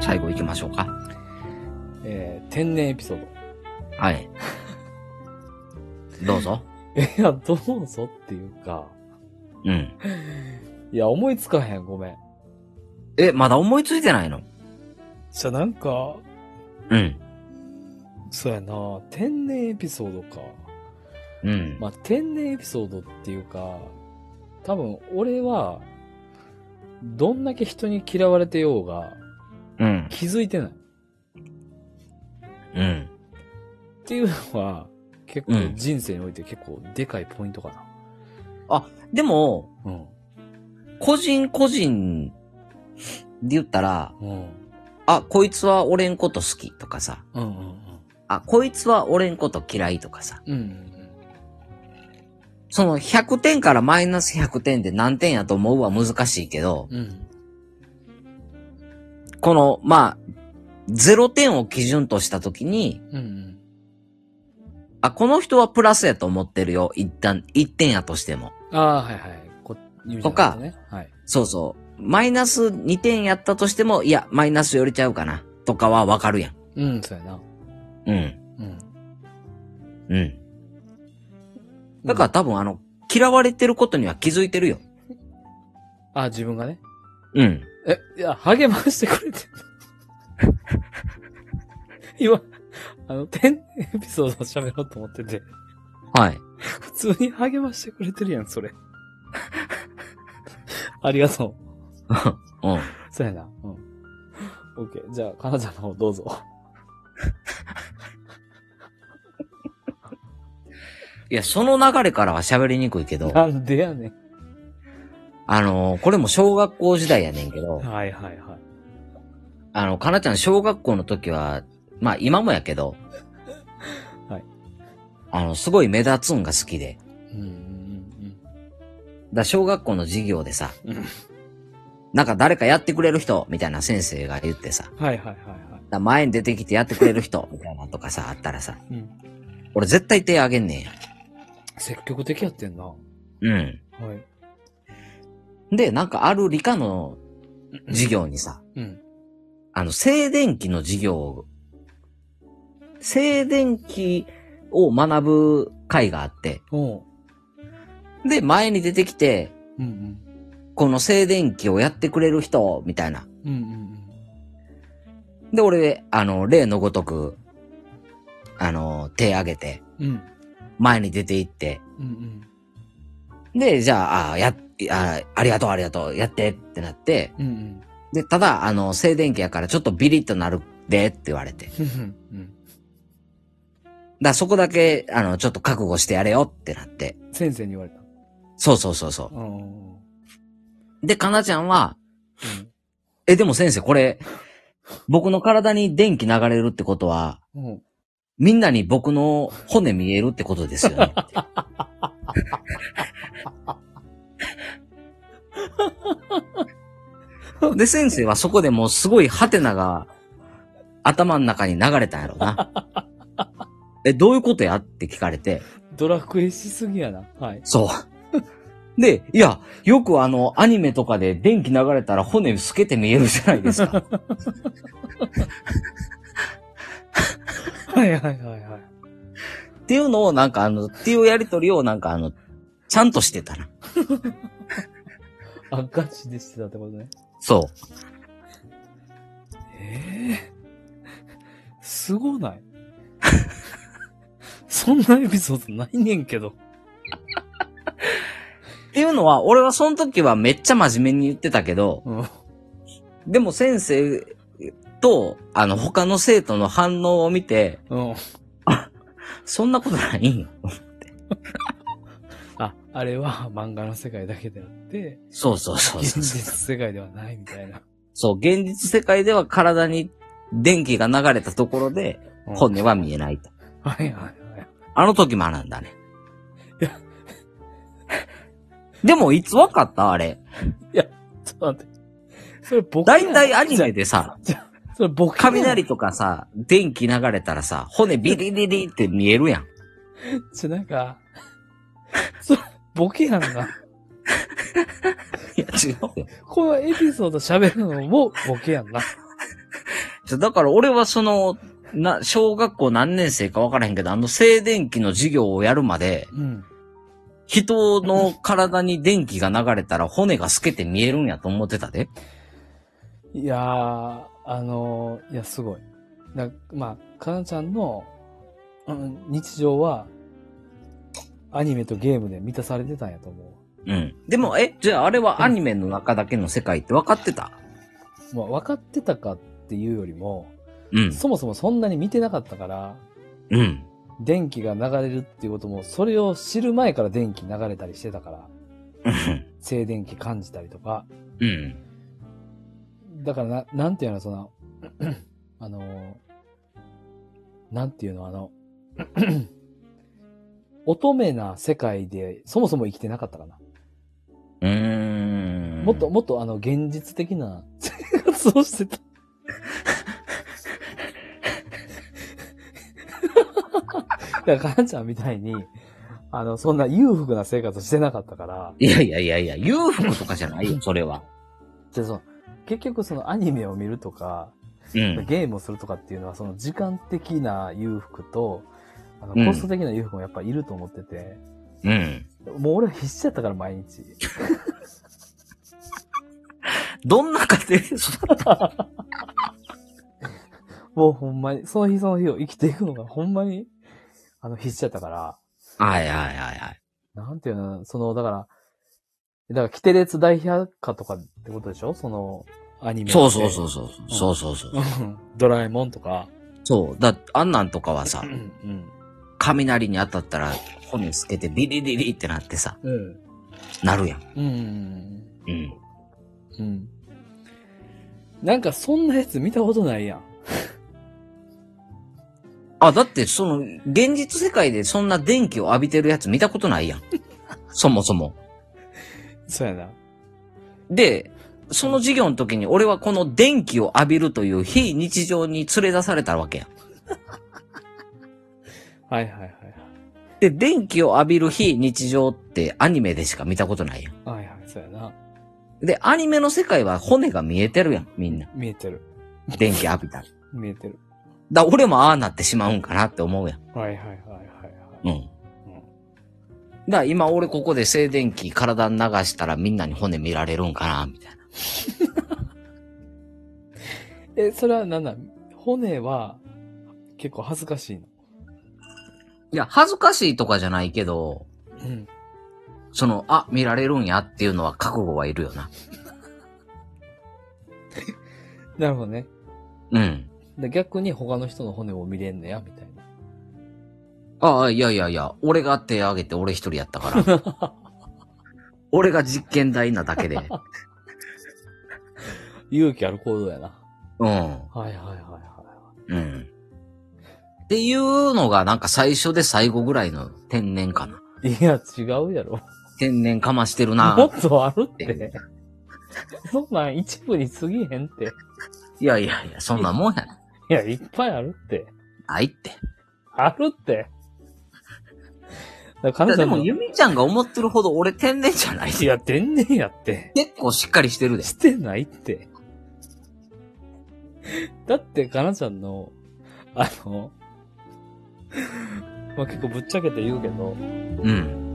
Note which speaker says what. Speaker 1: 最後行きましょうか。
Speaker 2: えー、天然エピソード。
Speaker 1: はい。どうぞ。
Speaker 2: いや、どうぞっていうか。
Speaker 1: うん。
Speaker 2: いや、思いつかへん、ごめん。
Speaker 1: え、まだ思いついてないの
Speaker 2: じゃ、なんか、
Speaker 1: うん。
Speaker 2: そうやな天然エピソードか。
Speaker 1: うん。
Speaker 2: まあ、天然エピソードっていうか、多分、俺は、どんだけ人に嫌われてようが、
Speaker 1: うん。
Speaker 2: 気づいてない。っ
Speaker 1: うん。
Speaker 2: ていうのは、結
Speaker 1: う
Speaker 2: 構
Speaker 1: ん
Speaker 2: 人生において結構でかいポイントか
Speaker 1: でも、
Speaker 2: な。
Speaker 1: 個人個人で言ったら、
Speaker 2: うん。うん。
Speaker 1: あ、こいつは俺んこと好きとかさ、
Speaker 2: うんうん
Speaker 1: あ、こいつは俺んこと嫌いとかさ、
Speaker 2: うん。うんうん
Speaker 1: その100点からマイナス100点で何点やと思うは難しいけど、
Speaker 2: うん。うん。
Speaker 1: この、まあ、0点を基準としたときに、
Speaker 2: うんうん。
Speaker 1: あ、この人はプラスやと思ってるよ。一旦、1点やとしても。
Speaker 2: ああ、はいはい。こ、ゆうちゃんのことね。はい。
Speaker 1: そうそう。マイナス2点やったとしても、いや、マイナス寄れちゃうかな。とかはわかるやん。
Speaker 2: うん、そうやな。
Speaker 1: うん。
Speaker 2: うん。
Speaker 1: うん。だから多分あの、嫌われてることには気づいてるよ。
Speaker 2: あ自分がね。
Speaker 1: うん。
Speaker 2: え、いや、励ましてくれてる。 今、あの、天然エピソード喋ろうと思ってて、
Speaker 1: はい。
Speaker 2: 普通に励ましてくれてるやん、それ。 ありがと
Speaker 1: うん。
Speaker 2: う。そうやな。うん。オッケー。じゃあ、かなちゃんの方どうぞ。
Speaker 1: いや、その流れからは喋りにくいけど、
Speaker 2: なんでやね
Speaker 1: あのーこれも小学校時代やねんけ
Speaker 2: ん。
Speaker 1: ど、
Speaker 2: はいはいはい。
Speaker 1: あの、かなちゃん小学校の時は、まあ今もやけど、
Speaker 2: はい。
Speaker 1: あの、すごい目立つんが好きで、
Speaker 2: うんうん
Speaker 1: だ小学校の授業でさ、
Speaker 2: うんうん。
Speaker 1: なんか誰かやってくれる人、みたいな先生が言ってさ、
Speaker 2: はいはいはいはい。
Speaker 1: だ前に出てきてやってくれる 人、みたいなとかさ、あったらさ、
Speaker 2: うん
Speaker 1: 俺絶対手あげんねんや。
Speaker 2: 積極的やってんな。は
Speaker 1: うん。
Speaker 2: い。
Speaker 1: で、なんかある理科の授業にさ、
Speaker 2: うん。
Speaker 1: あの、静電気の授業を、静電気を学ぶ会があって、
Speaker 2: おう。
Speaker 1: で、前に出てきて、
Speaker 2: うん
Speaker 1: この静電気をやってくれる人、みたいな。
Speaker 2: うん。うんうん
Speaker 1: で、俺、あの、例のごとく、あの、手挙げて、
Speaker 2: うん。うん。
Speaker 1: 前に出て行って、
Speaker 2: うんうん。
Speaker 1: で、じゃあ、あや、あありがとう、ありがとう、やってってなって、
Speaker 2: うんうん。
Speaker 1: で、ただ、あの、静電気やからちょっとビリッとなるでって言われて。だか
Speaker 2: うん。
Speaker 1: らそこだけ、あの、ちょっと覚悟してやれよってなって。
Speaker 2: 先生に言われた。
Speaker 1: そうそうそうそ
Speaker 2: うん。
Speaker 1: う。で、かなちゃんは、え、でも先生、これ、僕の体に電気流れるってことは、
Speaker 2: うん。
Speaker 1: みんなに僕の骨見えるってことですよね。で、先生はそこでもうすごいハテナが頭の中に流れたんやろうな。え、どういうことやって聞かれて、
Speaker 2: ドラクエしすぎやな。はい。
Speaker 1: そう。で、いや、よくあの、アニメとかで電気流れたら骨透けて見えるじゃないですか。
Speaker 2: はいはいはいはい。
Speaker 1: っていうのをなんかあの、っていうやりとりをなんかあの、ちゃんとしてたな。
Speaker 2: あ、ガチでしてたってことね。
Speaker 1: そう。
Speaker 2: ええすごない。 そんなエピソードないねんけど。
Speaker 1: っていうのは、俺はその時はめっちゃ真面目に言ってたけど、
Speaker 2: うん。あ
Speaker 1: でも先生と、あの、他の生徒の反応を見て、そんなことないよ。
Speaker 2: あ、あれは漫画の世界だけであって、
Speaker 1: そうそうそう
Speaker 2: 現
Speaker 1: そう。
Speaker 2: 実世界ではないみたいな。
Speaker 1: そう、現実世界では体に電気が流れたところで、
Speaker 2: うん
Speaker 1: 骨は見えないと。
Speaker 2: はいはいはい。
Speaker 1: あの時学んだね
Speaker 2: いや。
Speaker 1: でも、いつわかったあれ。
Speaker 2: ちょっと待って。それ僕
Speaker 1: だいたいアニメでさ、
Speaker 2: それ僕
Speaker 1: 雷とかさ、電気流れたらさ、骨ビリビリって見えるやん。
Speaker 2: ちょ、なんか、それ、ボケやんな。
Speaker 1: いや、違うよ。
Speaker 2: このエピソード喋るのもボケやんな。
Speaker 1: じゃだから俺はその、な、小学校何年生か分からへんけど、あの静電気の授業をやるまで、
Speaker 2: うん。
Speaker 1: 人の体に電気が流れたら骨が透けて見えるんやと思ってたで。
Speaker 2: いやー、あのーいや、すごい。だまあ、かなちゃんの、うん、日常は、アニメとゲームで満たされてたんやと思
Speaker 1: うん。でも、え、じゃああれはアニメの中だけの世界って分かってた
Speaker 2: う。まあ、分かってたかっていうよりも、
Speaker 1: うん。
Speaker 2: そもそもそんなに見てなかったから、
Speaker 1: うん。
Speaker 2: 電気が流れるっていうことも、それを知る前から電気流れたりしてたから、
Speaker 1: うん。
Speaker 2: 静電気感じたりとか、
Speaker 1: うん。
Speaker 2: だからな、なんていうの、その、 あの、なんていうの、あの、 乙女な世界で、そもそも生きてなかったかな。
Speaker 1: うーん。
Speaker 2: もっと、もっと、あの、現実的な生活をして た。だから、かなちゃんみたいに、あの、そんな裕福な生活してなかったから、
Speaker 1: いやいやいやいや、裕福とかじゃないよ、それは。
Speaker 2: でその結局そのアニメを見るとか、
Speaker 1: うん。
Speaker 2: ゲームをするとかっていうのは、その時間的な裕福と、あの
Speaker 1: うん
Speaker 2: コスト的な裕福もやっぱいると思ってて、
Speaker 1: うん。
Speaker 2: もう俺は必死だったから毎日。
Speaker 1: どんな家庭で育った
Speaker 2: もうほんまに、その日その日を生きていくのがほんまに、あの必死だったから、
Speaker 1: はいはいはいはい。
Speaker 2: なんていうの、その、だから、だから、キテレツ大百科とかってことでしょその、アニメって。
Speaker 1: そうそうそうそう。そうそうそう。
Speaker 2: うん。 ドラえもんとか。
Speaker 1: そう。だ、あんなんとかはさ
Speaker 2: う、ん。
Speaker 1: 雷に当たったら骨透けてビリビリってなってさ、
Speaker 2: うん。
Speaker 1: なるやん。
Speaker 2: うん。
Speaker 1: うん。
Speaker 2: うん。なんかそんなやつ見たことないやん。
Speaker 1: あ、だってその、現実世界でそんな電気を浴びてるやつ見たことないやん。そもそも。
Speaker 2: そうやな。
Speaker 1: で、その授業の時に俺はこの電気を浴びるという非日常に連れ出されたわけやん。
Speaker 2: はいはいはい
Speaker 1: で、電気を浴びる非日常ってアニメでしか見たことないやん。
Speaker 2: はい。はいはい、そうやな。
Speaker 1: で、アニメの世界は骨が見えてるやん、みんな。
Speaker 2: 見えてる。
Speaker 1: 電気浴びたら。
Speaker 2: 見えてる。
Speaker 1: だ、俺もああなってしまうんかなって思うやん。
Speaker 2: はいはいはいはい
Speaker 1: うん。だから今俺ここで静電気体に流したらみんなに骨見られるんかなみたいな。
Speaker 2: はい。え、それはなんなん骨は結構恥ずかしいの。
Speaker 1: いや、恥ずかしいとかじゃないけど、
Speaker 2: うん。
Speaker 1: その、あ、見られるんやっていうのは覚悟はいるよな。
Speaker 2: なるほどね。
Speaker 1: うん。
Speaker 2: で逆に他の人の骨を見れんのや、みたいな。
Speaker 1: ああ、いやいやいや、俺が手挙げて俺一人やったから。 俺が実験台なだけで。
Speaker 2: 勇気ある行動やな。
Speaker 1: うん。
Speaker 2: はいはいはいは
Speaker 1: うん。っていうのがなんか最初で最後ぐらいの天然かな。
Speaker 2: い。いや、違うやろ。
Speaker 1: 天然かましてる
Speaker 2: も
Speaker 1: な。
Speaker 2: っとあるっ
Speaker 1: って
Speaker 2: て。そんなん一部に過ぎへんって。
Speaker 1: いやいやいや、そんなもんやない
Speaker 2: や、いっぱいあるって。
Speaker 1: ないって。
Speaker 2: あるって。だか
Speaker 1: い
Speaker 2: ら
Speaker 1: や
Speaker 2: 彼
Speaker 1: で
Speaker 2: 女
Speaker 1: も、
Speaker 2: の
Speaker 1: ゆみちゃんが思ってるほど俺天然じゃない
Speaker 2: い
Speaker 1: し。
Speaker 2: や、天然やって。
Speaker 1: 結構しっかりしてるで。
Speaker 2: してないって。だって、かなちゃんの、あの、まあ、結構ぶっちゃけて言うけど、
Speaker 1: うん。